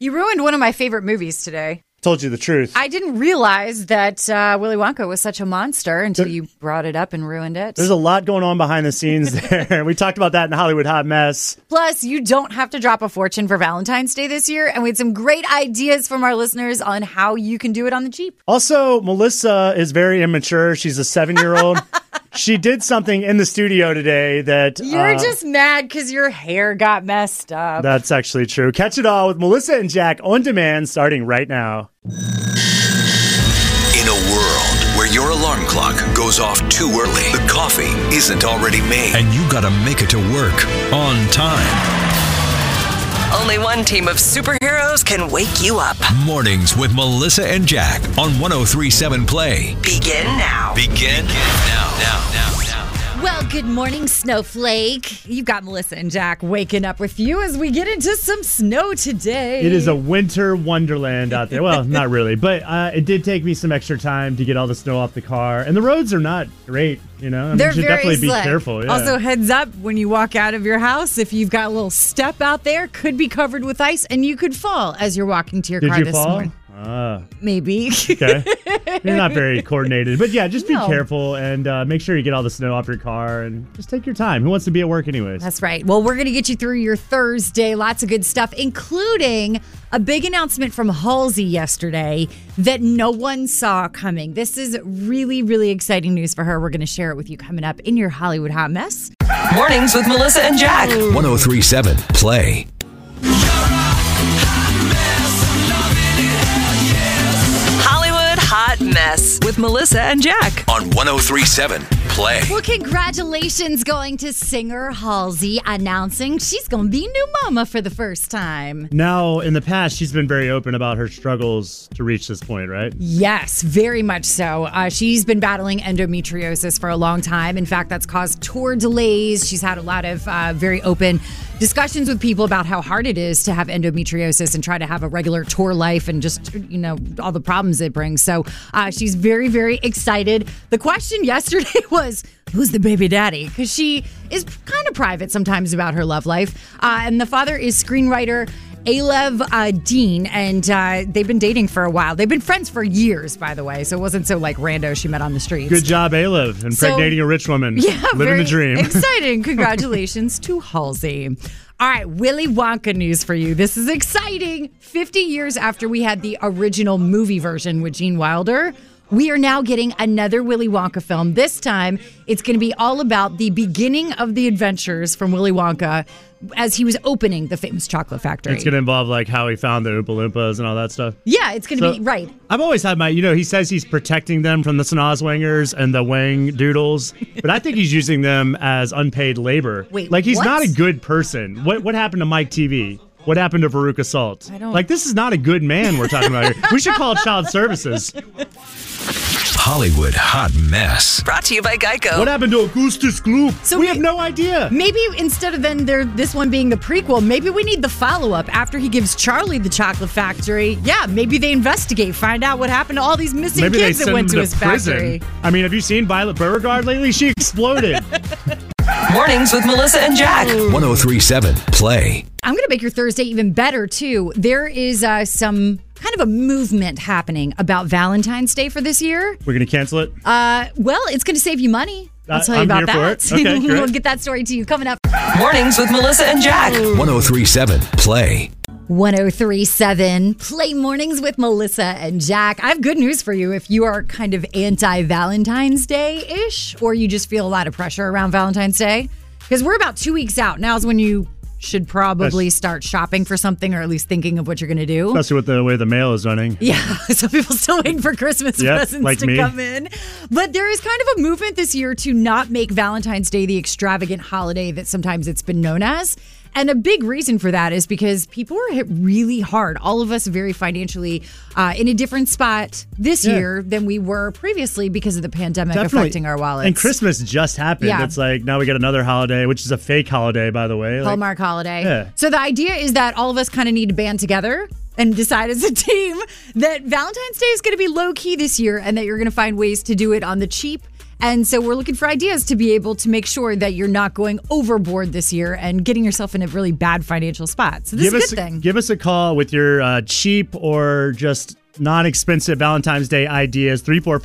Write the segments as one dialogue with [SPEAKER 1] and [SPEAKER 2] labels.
[SPEAKER 1] You ruined one of my favorite movies today.
[SPEAKER 2] Told you the truth.
[SPEAKER 1] I didn't realize that uh, Willy Wonka was such a monster until you brought it up and ruined it.
[SPEAKER 2] There's a lot going on behind the scenes there. we talked about that in Hollywood Hot Mess.
[SPEAKER 1] Plus, you don't have to drop a fortune for Valentine's Day this year. And we had some great ideas from our listeners on how you can do it on the Jeep.
[SPEAKER 2] Also, Melissa is very immature. She's a seven year old. she did something in the studio today that.
[SPEAKER 1] You're
[SPEAKER 2] uh,
[SPEAKER 1] just mad because your hair got messed up.
[SPEAKER 2] That's actually true. Catch it all with Melissa and Jack on demand starting right now.
[SPEAKER 3] In a world where your alarm clock goes off too early, the coffee isn't already made, and you gotta make it to work on time.
[SPEAKER 4] Only one team of superheroes can wake you up.
[SPEAKER 3] Mornings with Melissa and Jack on 1037 Play.
[SPEAKER 4] Begin now.
[SPEAKER 3] Begin now. Now, now, now, now.
[SPEAKER 1] Well, good morning, Snowflake. You've got Melissa and Jack waking up with you as we get into some snow today.
[SPEAKER 2] It is a winter wonderland out there. Well, not really, but uh, it did take me some extra time to get all the snow off the car, and the roads are not great. You know, I mean,
[SPEAKER 1] They're
[SPEAKER 2] you should
[SPEAKER 1] very
[SPEAKER 2] definitely
[SPEAKER 1] slick.
[SPEAKER 2] be careful. Yeah.
[SPEAKER 1] Also, heads up when you walk out of your house, if you've got a little step out there, could be covered with ice, and you could fall as you're walking to your
[SPEAKER 2] did
[SPEAKER 1] car
[SPEAKER 2] you
[SPEAKER 1] this
[SPEAKER 2] fall?
[SPEAKER 1] morning.
[SPEAKER 2] Ah,
[SPEAKER 1] Maybe.
[SPEAKER 2] okay. You're not very coordinated, but yeah, just be
[SPEAKER 1] No.
[SPEAKER 2] careful and uh, make sure you get all the snow off your car and just take your time. Who wants to be at work anyways?
[SPEAKER 1] That's right. Well, we're going to get you through your Thursday. Lots of good stuff, including a big announcement from Halsey yesterday that no one saw coming. This is really, really exciting news for her. We're going to share it with you coming up in your Hollywood Hot Mess.
[SPEAKER 4] Mornings with Melissa and Jack.
[SPEAKER 3] 1037 Play.
[SPEAKER 4] Hollywood Hot Mess with Melissa and Jack.
[SPEAKER 3] On 1037 Play.
[SPEAKER 1] Well, congratulations going to singer Halsey announcing she's going to be new mama for the first time.
[SPEAKER 2] Now, in the past, she's been very open about her struggles to reach this point, right?
[SPEAKER 1] Yes, very much so. Uh, she's been battling endometriosis for a long time. In fact, that's caused tour delays. She's had a lot of uh, very open discussions with people about how hard it is to have endometriosis and try to have a regular tour life and just, you know, all the problems it brings. So uh, she's very, very excited. The question yesterday was who's the baby daddy? Because she is kind of private sometimes about her love life. Uh, and the father is screenwriter. Alev uh, Dean, and uh, they've been dating for a while. They've been friends for years, by the way, so it wasn't so like rando she met on the streets.
[SPEAKER 2] Good job, Aliv, impregnating a rich woman.
[SPEAKER 1] Yeah,
[SPEAKER 2] living
[SPEAKER 1] very
[SPEAKER 2] the dream.
[SPEAKER 1] exciting. Congratulations to Halsey. All right, Willy Wonka news for you. This is exciting. 50 years after we had the original movie version with Gene Wilder, we are now getting another Willy Wonka film. This time, it's going to be all about the beginning of the adventures from Willy Wonka as he was opening the famous chocolate factory.
[SPEAKER 2] It's going to involve like how he found the Oompa Loompas and all that stuff.
[SPEAKER 1] yeah, it's going to
[SPEAKER 2] So-
[SPEAKER 1] be right.
[SPEAKER 2] I've always had my, you know, he says he's protecting them from the Snozwangers and the Wang Doodles, but I think he's using them as unpaid labor.
[SPEAKER 1] Wait,
[SPEAKER 2] like he's
[SPEAKER 1] what?
[SPEAKER 2] not a good person. What what happened to Mike TV? What happened to Veruca Salt? I
[SPEAKER 1] don't-
[SPEAKER 2] Like this is not a good man we're talking about here. We should call Child Services.
[SPEAKER 3] Hollywood Hot Mess.
[SPEAKER 4] Brought to you by Geico.
[SPEAKER 2] What happened to Augustus Gloop?
[SPEAKER 1] So
[SPEAKER 2] we
[SPEAKER 1] ma-
[SPEAKER 2] have no idea.
[SPEAKER 1] Maybe instead of then there this one being the prequel, maybe we need the follow up after he gives Charlie the chocolate factory. Yeah, maybe they investigate, find out what happened to all these missing
[SPEAKER 2] Maybe they
[SPEAKER 1] kids that
[SPEAKER 2] send him
[SPEAKER 1] went to
[SPEAKER 2] to
[SPEAKER 1] his
[SPEAKER 2] prison.
[SPEAKER 1] factory.
[SPEAKER 2] I mean, have you seen Violet Beauregard lately? She exploded.
[SPEAKER 4] Mornings with Melissa and Jack.
[SPEAKER 3] 1037 Play.
[SPEAKER 1] I'm gonna make your Thursday even better too. There is uh, some kind of a movement happening about Valentine's Day for this year.
[SPEAKER 2] We're gonna cancel it.
[SPEAKER 1] Uh, well, it's gonna save you money. I'll
[SPEAKER 2] Uh,
[SPEAKER 1] tell you
[SPEAKER 2] I'm
[SPEAKER 1] about
[SPEAKER 2] here for
[SPEAKER 1] that.
[SPEAKER 2] it. Okay,
[SPEAKER 1] we'll
[SPEAKER 2] great.
[SPEAKER 1] get that story to you coming up.
[SPEAKER 4] Mornings with Melissa and Jack.
[SPEAKER 3] 1037 Play.
[SPEAKER 1] 1037 Play Mornings with Melissa and Jack. I have good news for you if you are kind of anti Valentine's Day ish or you just feel a lot of pressure around Valentine's Day. Because we're about two weeks out. Now's when you should probably
[SPEAKER 2] That's-
[SPEAKER 1] start shopping for something or at least thinking of what you're going to do.
[SPEAKER 2] Especially with the way the mail is running.
[SPEAKER 1] Yeah, so people still waiting for Christmas
[SPEAKER 2] Yep,
[SPEAKER 1] presents
[SPEAKER 2] like
[SPEAKER 1] to
[SPEAKER 2] me.
[SPEAKER 1] come in. But there is kind of a movement this year to not make Valentine's Day the extravagant holiday that sometimes it's been known as. And a big reason for that is because people were hit really hard, all of us very financially uh, in a different spot this
[SPEAKER 2] Yeah.
[SPEAKER 1] year than we were previously because of the pandemic affecting our wallets.
[SPEAKER 2] And Christmas just happened.
[SPEAKER 1] Yeah.
[SPEAKER 2] It's like now we got another holiday, which is a fake holiday, by the way. Like,
[SPEAKER 1] Hallmark holiday.
[SPEAKER 2] Yeah.
[SPEAKER 1] So the idea is that all of us kind of need to band together and decide as a team that Valentine's Day is going to be low key this year and that you're going to find ways to do it on the cheap And so we're looking for ideas to be able to make sure that you're not going overboard this year and getting yourself in a really bad financial spot. So this is
[SPEAKER 2] give
[SPEAKER 1] a
[SPEAKER 2] us
[SPEAKER 1] good thing.
[SPEAKER 2] give us a call with your uh, cheap or just non-expensive Valentine's Day ideas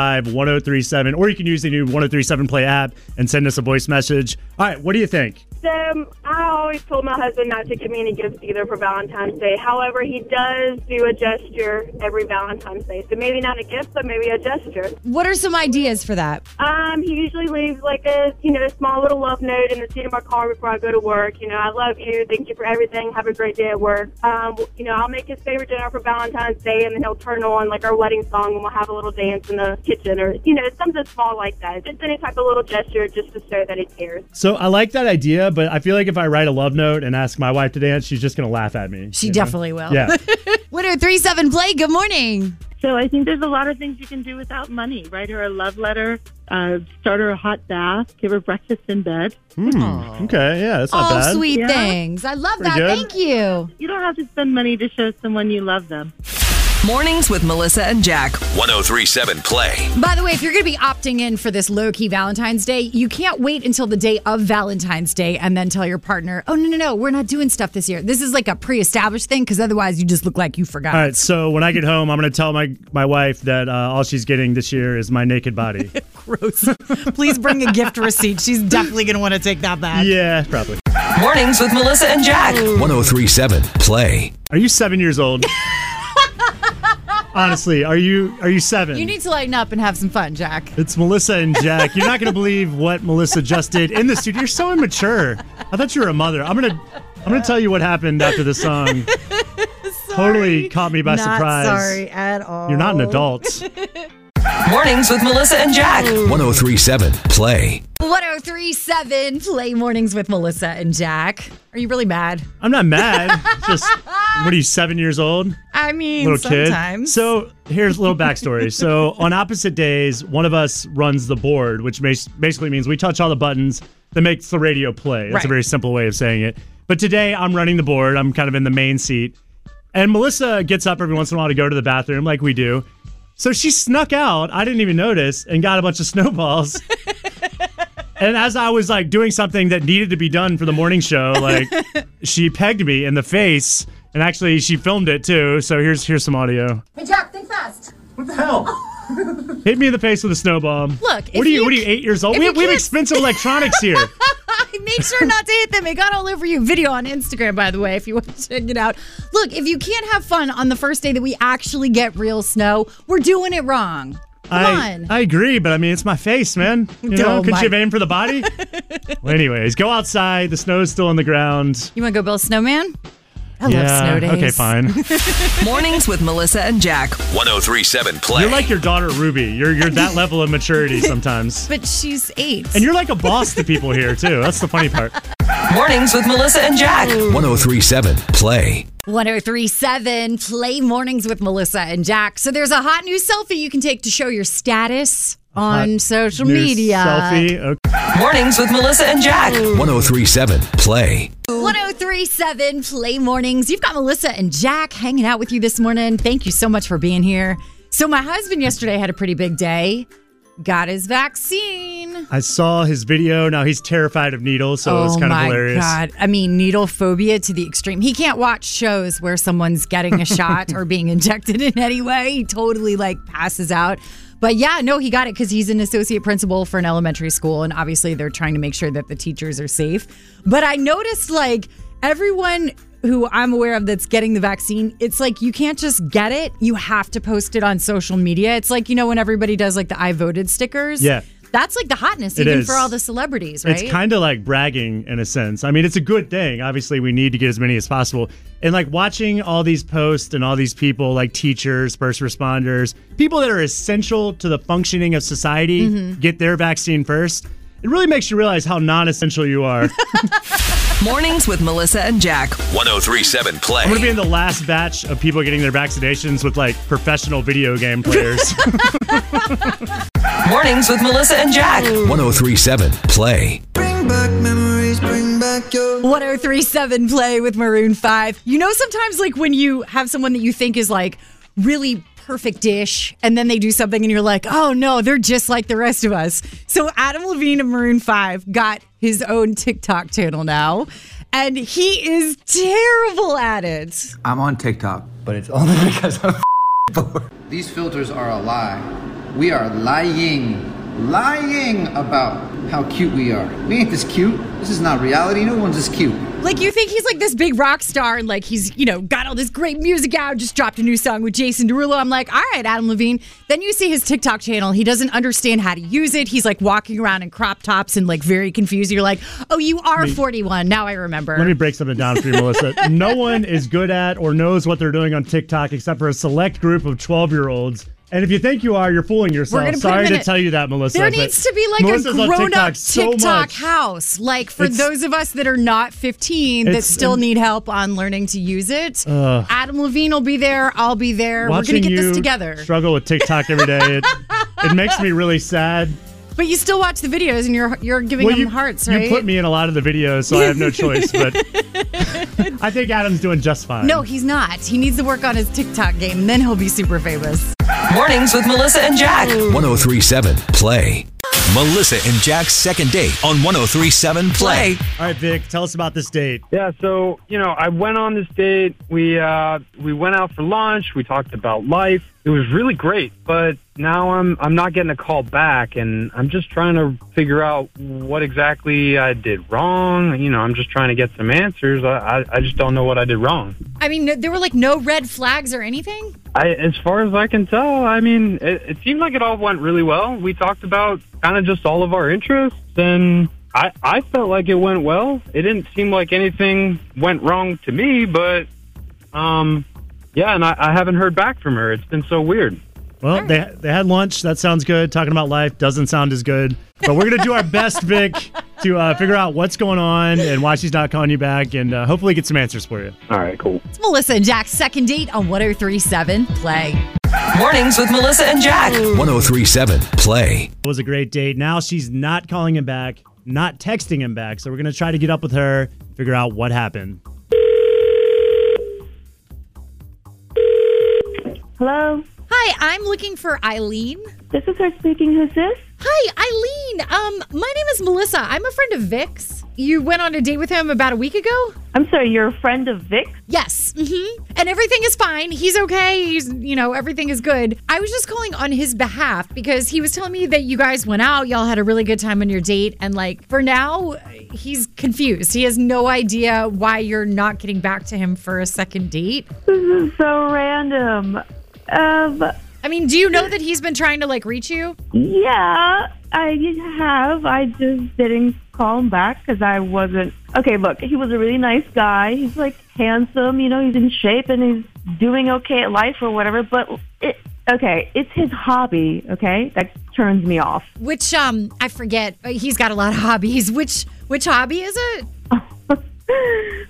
[SPEAKER 2] 345-1037 or you can use the new 1037 play app and send us a voice message. All right, what do you think?
[SPEAKER 5] Um, I always told my husband not to give me any gifts either for Valentine's Day. However, he does do a gesture every Valentine's Day. So maybe not a gift, but maybe a gesture.
[SPEAKER 1] what are some ideas for that?
[SPEAKER 5] Um, he usually leaves like a you know small little love note in the seat of my car before I go to work. You know, I love you. Thank you for everything. Have a great day at work. Um, you know, I'll make his favorite dinner for Valentine's Day, and then he'll turn on like our wedding song, and we'll have a little dance in the kitchen, or you know, something small like that. Just any type of little gesture, just to show that he cares.
[SPEAKER 2] So I like that idea, but I feel like if I write a love note and ask my wife to dance, she's just going to laugh at me.
[SPEAKER 1] She
[SPEAKER 2] you know?
[SPEAKER 1] definitely will. oh
[SPEAKER 2] Yeah.
[SPEAKER 1] Winner 37 Play, good morning.
[SPEAKER 6] So I think there's a lot of things you can do without money. Write her a love letter, uh, start her a hot bath, give her breakfast in bed.
[SPEAKER 2] Hmm. Okay, yeah, that's not
[SPEAKER 1] All
[SPEAKER 2] bad.
[SPEAKER 1] sweet
[SPEAKER 6] Yeah.
[SPEAKER 1] things. I love
[SPEAKER 2] Pretty
[SPEAKER 1] that.
[SPEAKER 2] good.
[SPEAKER 1] Thank you.
[SPEAKER 6] You don't have to spend money to show someone you love them.
[SPEAKER 4] Mornings with Melissa and Jack.
[SPEAKER 3] 1037 Play.
[SPEAKER 1] By the way, if you're going to be opting in for this low key Valentine's Day, you can't wait until the day of Valentine's Day and then tell your partner, oh, no, no, no, we're not doing stuff this year. This is like a pre established thing because otherwise you just look like you forgot.
[SPEAKER 2] All right, so when I get home, I'm going to tell my my wife that uh, all she's getting this year is my naked body.
[SPEAKER 1] Gross. Please bring a gift receipt. She's definitely going to want to take that back.
[SPEAKER 2] yeah, probably.
[SPEAKER 4] Mornings with Melissa and Jack.
[SPEAKER 3] 1037 Play.
[SPEAKER 2] Are you 7 years old? Honestly, are you are you 7?
[SPEAKER 1] You need to lighten up and have some fun, Jack.
[SPEAKER 2] It's Melissa and Jack. You're not going to believe what Melissa just did in the studio. You're so immature. I thought you were a mother. I'm going to I'm going to tell you what happened after the song. Totally caught me by surprise.
[SPEAKER 1] at all.
[SPEAKER 2] You're not an adult.
[SPEAKER 4] Mornings with Melissa and Jack.
[SPEAKER 3] 1037 Play.
[SPEAKER 1] 1037 Play Mornings with Melissa and Jack. Are you really mad?
[SPEAKER 2] I'm not mad. It's Just what are you, 7 years old?
[SPEAKER 1] I mean,
[SPEAKER 2] little kid. So here's a little backstory. so on opposite days, one of us runs the board, which mas- basically means we touch all the buttons that makes the radio play. That's a
[SPEAKER 1] Right.
[SPEAKER 2] very simple way of saying it. But today I'm running the board. I'm kind of in the main seat. And Melissa gets up every once in a while to go to the bathroom, like we do. So she snuck out. I didn't even notice and got a bunch of snowballs. and as I was like doing something that needed to be done for the morning show, like she pegged me in the face. And actually, she filmed it too. So here's here's some audio.
[SPEAKER 7] Hey Jack, think fast.
[SPEAKER 2] Hit me in the face with a snowball. Look, what
[SPEAKER 1] if
[SPEAKER 2] are you,
[SPEAKER 1] you-
[SPEAKER 2] What are you? Eight years
[SPEAKER 1] if
[SPEAKER 2] old? Oh, We
[SPEAKER 1] you
[SPEAKER 2] have, we have
[SPEAKER 1] can't-
[SPEAKER 2] expensive electronics here.
[SPEAKER 1] Make sure not to hit them. It got all over you. Video on Instagram, by the way, if you want to check it out. Look, if you can't have fun on the first day that we actually get real snow, we're doing it wrong. Come
[SPEAKER 2] I,
[SPEAKER 1] on.
[SPEAKER 2] I agree, but I mean, it's my face, man. You know,
[SPEAKER 1] Oh,
[SPEAKER 2] could
[SPEAKER 1] my-
[SPEAKER 2] you have aimed for the body? well, anyways, go outside. The snow's still on the ground.
[SPEAKER 1] you want to go build a snowman? I love
[SPEAKER 2] yeah.
[SPEAKER 1] snow days.
[SPEAKER 2] Okay, fine.
[SPEAKER 4] Mornings with Melissa and Jack.
[SPEAKER 3] 1037 Play.
[SPEAKER 2] You're like your daughter Ruby. You're you're that level of maturity sometimes.
[SPEAKER 1] But she's eight.
[SPEAKER 2] And you're like a boss to people here too. That's the funny part.
[SPEAKER 4] Mornings with Melissa and Jack.
[SPEAKER 3] 1037 Play.
[SPEAKER 1] 1037 Play Mornings with Melissa and Jack. So there's a hot new selfie you can take to show your status on
[SPEAKER 2] hot
[SPEAKER 1] social
[SPEAKER 2] New
[SPEAKER 1] media.
[SPEAKER 2] selfie. Okay.
[SPEAKER 4] Mornings with Melissa and Jack.
[SPEAKER 3] 1037 Play.
[SPEAKER 1] 1037 Play Mornings. You've got Melissa and Jack hanging out with you this morning. Thank you so much for being here. So, my husband yesterday had a pretty big day, got his vaccine.
[SPEAKER 2] I saw his video. Now he's terrified of needles, so it's
[SPEAKER 1] oh
[SPEAKER 2] kind
[SPEAKER 1] my
[SPEAKER 2] of hilarious.
[SPEAKER 1] God. I mean, needle phobia to the extreme. He can't watch shows where someone's getting a shot or being injected in any way. He totally like passes out. But yeah, no, he got it because he's an associate principal for an elementary school. And obviously, they're trying to make sure that the teachers are safe. But I noticed like everyone who I'm aware of that's getting the vaccine, it's like you can't just get it. You have to post it on social media. It's like, you know, when everybody does like the I voted stickers.
[SPEAKER 2] Yeah.
[SPEAKER 1] That's like the hotness,
[SPEAKER 2] It
[SPEAKER 1] even
[SPEAKER 2] is.
[SPEAKER 1] for all the celebrities, right?
[SPEAKER 2] It's kind of like bragging in a sense. I mean, it's a good thing. Obviously, we need to get as many as possible. And like watching all these posts and all these people, like teachers, first responders, people that are essential to the functioning of society,
[SPEAKER 1] Mm-hmm.
[SPEAKER 2] get their vaccine first. It really makes you realize how non essential you are. I'm
[SPEAKER 4] Mornings with Melissa and Jack.
[SPEAKER 3] 1037 Play.
[SPEAKER 2] going to be in the last batch of people getting their vaccinations with like professional video game players.
[SPEAKER 4] Mornings with Melissa and Jack.
[SPEAKER 3] 1037 Play.
[SPEAKER 1] 1037 play with Maroon 5. You know, sometimes like when you have someone that you think is like really perfect dish and then they do something and you're like, oh no, they're just like the rest of us. So Adam Levine of Maroon 5 got his own TikTok channel now and he is terrible at it.
[SPEAKER 7] I'm on TikTok, but it's only because I'm bored.
[SPEAKER 8] These filters are a lie. We are lying, lying about how cute we are. We ain't this cute. This is not reality. No one's this cute.
[SPEAKER 1] Like you think he's like this big rock star and like he's, you know, got all this great music out, just dropped a new song with Jason Derulo. I'm like, all right, Adam Levine. Then you see his TikTok channel. He doesn't understand how to use it. He's like walking around in crop tops and like very confused. You're like, oh, you are 41. Now I remember.
[SPEAKER 2] Let me break something down for you, Melissa. No one is good at or knows what they're doing on TikTok except for a select group of 12 year olds. And if you think you are, you're fooling
[SPEAKER 1] We're gonna
[SPEAKER 2] yourself.
[SPEAKER 1] put
[SPEAKER 2] Sorry
[SPEAKER 1] him in
[SPEAKER 2] to
[SPEAKER 1] it.
[SPEAKER 2] tell you that, Melissa.
[SPEAKER 1] There
[SPEAKER 2] but
[SPEAKER 1] needs to be like
[SPEAKER 2] Melissa's
[SPEAKER 1] a
[SPEAKER 2] on
[SPEAKER 1] grown
[SPEAKER 2] TikTok
[SPEAKER 1] up
[SPEAKER 2] so
[SPEAKER 1] TikTok
[SPEAKER 2] much.
[SPEAKER 1] house. Like for
[SPEAKER 2] It's-
[SPEAKER 1] those of us that are not 15 that
[SPEAKER 2] It's-
[SPEAKER 1] still need help on learning to use it, Adam Levine will be there. I'll be there. We're
[SPEAKER 2] Watching
[SPEAKER 1] going to get
[SPEAKER 2] you
[SPEAKER 1] this together.
[SPEAKER 2] Struggle with TikTok every day. It, it makes me really sad.
[SPEAKER 1] But you still watch the videos and you're you're giving them
[SPEAKER 2] you,
[SPEAKER 1] hearts,
[SPEAKER 2] you
[SPEAKER 1] right?
[SPEAKER 2] put me in a lot of the videos, so I have no choice. But I think Adam's doing just fine.
[SPEAKER 1] no, he's not. He needs to work on his TikTok game, then he'll be super famous.
[SPEAKER 4] Mornings with Melissa and Jack.
[SPEAKER 3] 1037 Play. Melissa and Jack's second date on 1037 Play.
[SPEAKER 4] Play.
[SPEAKER 2] All right, Vic, tell us about this date.
[SPEAKER 9] Yeah, so you know, I went on this date. We uh, we went out for lunch. We talked about life. It was really great, but now I'm I'm not getting a call back, and I'm just trying to figure out what exactly I did wrong. You know, I'm just trying to get some answers. I I, I just don't know what I did wrong.
[SPEAKER 1] I mean, no- there were like no red flags or anything.
[SPEAKER 9] I, as far as I can tell, I mean, it, it seemed like it all went really well. We talked about kind of just all of our interests, and I, I felt like it went well. It didn't seem like anything went wrong to me, but um, yeah, and I, I haven't heard back from her. It's been so weird.
[SPEAKER 2] Well, they they had lunch. That sounds good. Talking about life doesn't sound as good. But we're gonna do our best, Vic, to uh, figure out what's going on and why she's not calling you back, and uh, hopefully get some answers for you.
[SPEAKER 9] All right, cool.
[SPEAKER 1] It's Melissa and Jack's second date on 1037 Play.
[SPEAKER 4] Mornings with Melissa and Jack.
[SPEAKER 3] 1037 Play.
[SPEAKER 2] It was a great date. Now she's not calling him back, not texting him back. So we're gonna try to get up with her, figure out what happened.
[SPEAKER 5] Hello,
[SPEAKER 1] Hi, I'm looking for Eileen.
[SPEAKER 5] this is her speaking. Who's this?
[SPEAKER 1] Hi, Eileen. Um, my name is Melissa. I'm a friend of Vic's. You went on a date with him about a week ago?
[SPEAKER 5] I'm sorry, you're a friend of Vic.
[SPEAKER 1] Yes. hmm And everything is fine. He's okay. He's, you know, everything is good. I was just calling on his behalf because he was telling me that you guys went out, y'all had a really good time on your date. And like for now, he's confused. He has no idea why you're not getting back to him for a second date.
[SPEAKER 5] This is so random. Um,
[SPEAKER 1] I mean, do you know that he's been trying to like reach you?
[SPEAKER 5] yeah, I have. I just didn't call him back because I wasn't. Okay, look, he was a really nice guy. He's like handsome, you know, he's in shape and he's doing okay at life or whatever. But it, okay, it's his hobby. Okay, that turns me off.
[SPEAKER 1] Which um I forget. Uh, He's got a lot of hobbies. Which which hobby is it?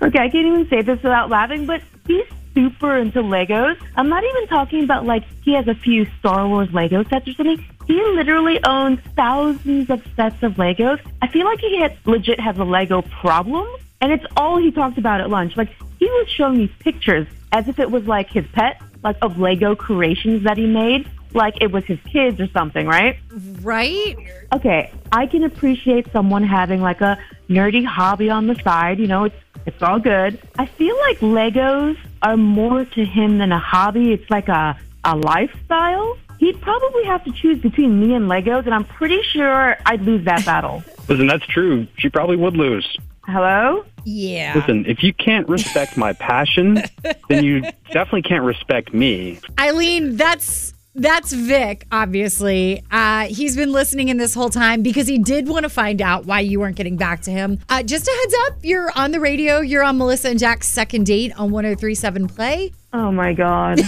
[SPEAKER 5] okay, I can't even say this without laughing, but he's super into Legos. I'm not even talking about like he has a few Star Wars Lego sets or something. He literally owns thousands of sets of Legos. I feel like he had, legit has a Lego problem, and it's all he talked about at lunch. Like he was showing me pictures as if it was like his pet, like of Lego creations that he made, like it was his kids or something, right?
[SPEAKER 1] Right?
[SPEAKER 5] okay, I can appreciate someone having like a nerdy hobby on the side. You know, it's it's all good. I feel like Legos are more to him than a hobby. It's like a a lifestyle. He'd probably have to choose between me and Legos, and I'm pretty sure I'd lose that battle.
[SPEAKER 9] Listen, that's true. She probably would lose.
[SPEAKER 5] Hello?
[SPEAKER 1] Yeah.
[SPEAKER 9] Listen, if you can't respect my passion, then you definitely can't respect me.
[SPEAKER 1] Eileen, that's that's Vic, obviously. Uh, he's been listening in this whole time because he did want to find out why you weren't getting back to him. Uh, just a heads up, you're on the radio. You're on Melissa and Jack's second date on 1037 Play.
[SPEAKER 5] Oh my God.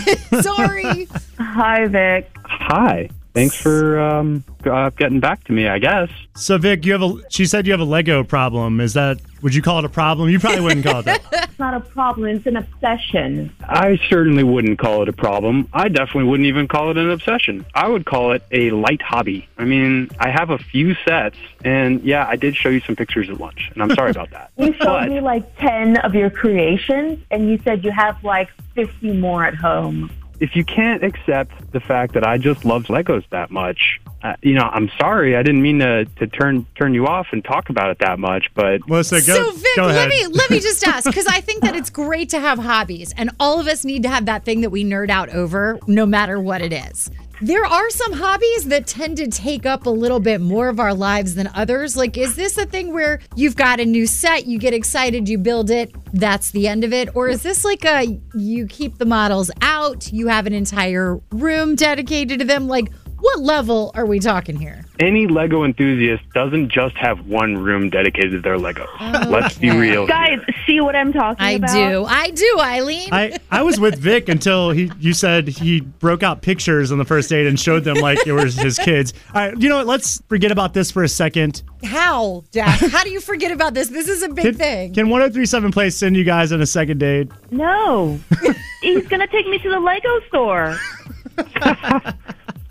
[SPEAKER 1] Sorry.
[SPEAKER 5] Hi, Vic.
[SPEAKER 9] Hi. Thanks for um, uh, getting back to me, I guess.
[SPEAKER 2] So Vic, you have a she said you have a Lego problem. Is that would you call it a problem? You probably wouldn't call it that.
[SPEAKER 5] It's not a problem. It's an obsession.
[SPEAKER 9] I certainly wouldn't call it a problem. I definitely wouldn't even call it an obsession. I would call it a light hobby. I mean, I have a few sets, and yeah, I did show you some pictures at lunch, and I'm sorry about that.
[SPEAKER 5] You showed
[SPEAKER 9] But-
[SPEAKER 5] me like 10 of your creations, and you said you have like 50 more at home.
[SPEAKER 9] if you can't accept the fact that I just loved Legos that much, uh, you know, I'm sorry. I didn't mean to, to turn turn you off and talk about it that much, but
[SPEAKER 2] Melissa, go,
[SPEAKER 1] so Vic,
[SPEAKER 2] go
[SPEAKER 1] let
[SPEAKER 2] ahead.
[SPEAKER 1] me let me just ask because I think that it's great to have hobbies, and all of us need to have that thing that we nerd out over, no matter what it is. There are some hobbies that tend to take up a little bit more of our lives than others. Like, is this a thing where you've got a new set, you get excited, you build it, that's the end of it? Or is this like a you keep the models out, you have an entire room dedicated to them? Like, what level are we talking here?
[SPEAKER 9] any Lego enthusiast doesn't just have one room dedicated to their Legos. Let's be
[SPEAKER 1] Okay.
[SPEAKER 9] real.
[SPEAKER 5] Guys, see what I'm talking
[SPEAKER 1] I
[SPEAKER 5] about?
[SPEAKER 1] do. I do, Eileen.
[SPEAKER 2] I, I was with Vic until he you said he broke out pictures on the first date and showed them like it was his kids. All right, you know what? Let's forget about this for a second.
[SPEAKER 1] How, Jack? How do you forget about this? This is a big
[SPEAKER 2] Can,
[SPEAKER 1] thing.
[SPEAKER 2] can 1037 Place send you guys on a second date?
[SPEAKER 5] No. He's going to take me to the Lego store.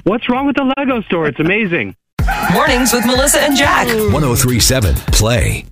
[SPEAKER 9] What's wrong with the Lego store? It's amazing.
[SPEAKER 4] Mornings with Melissa and Jack.
[SPEAKER 3] 1037 Play.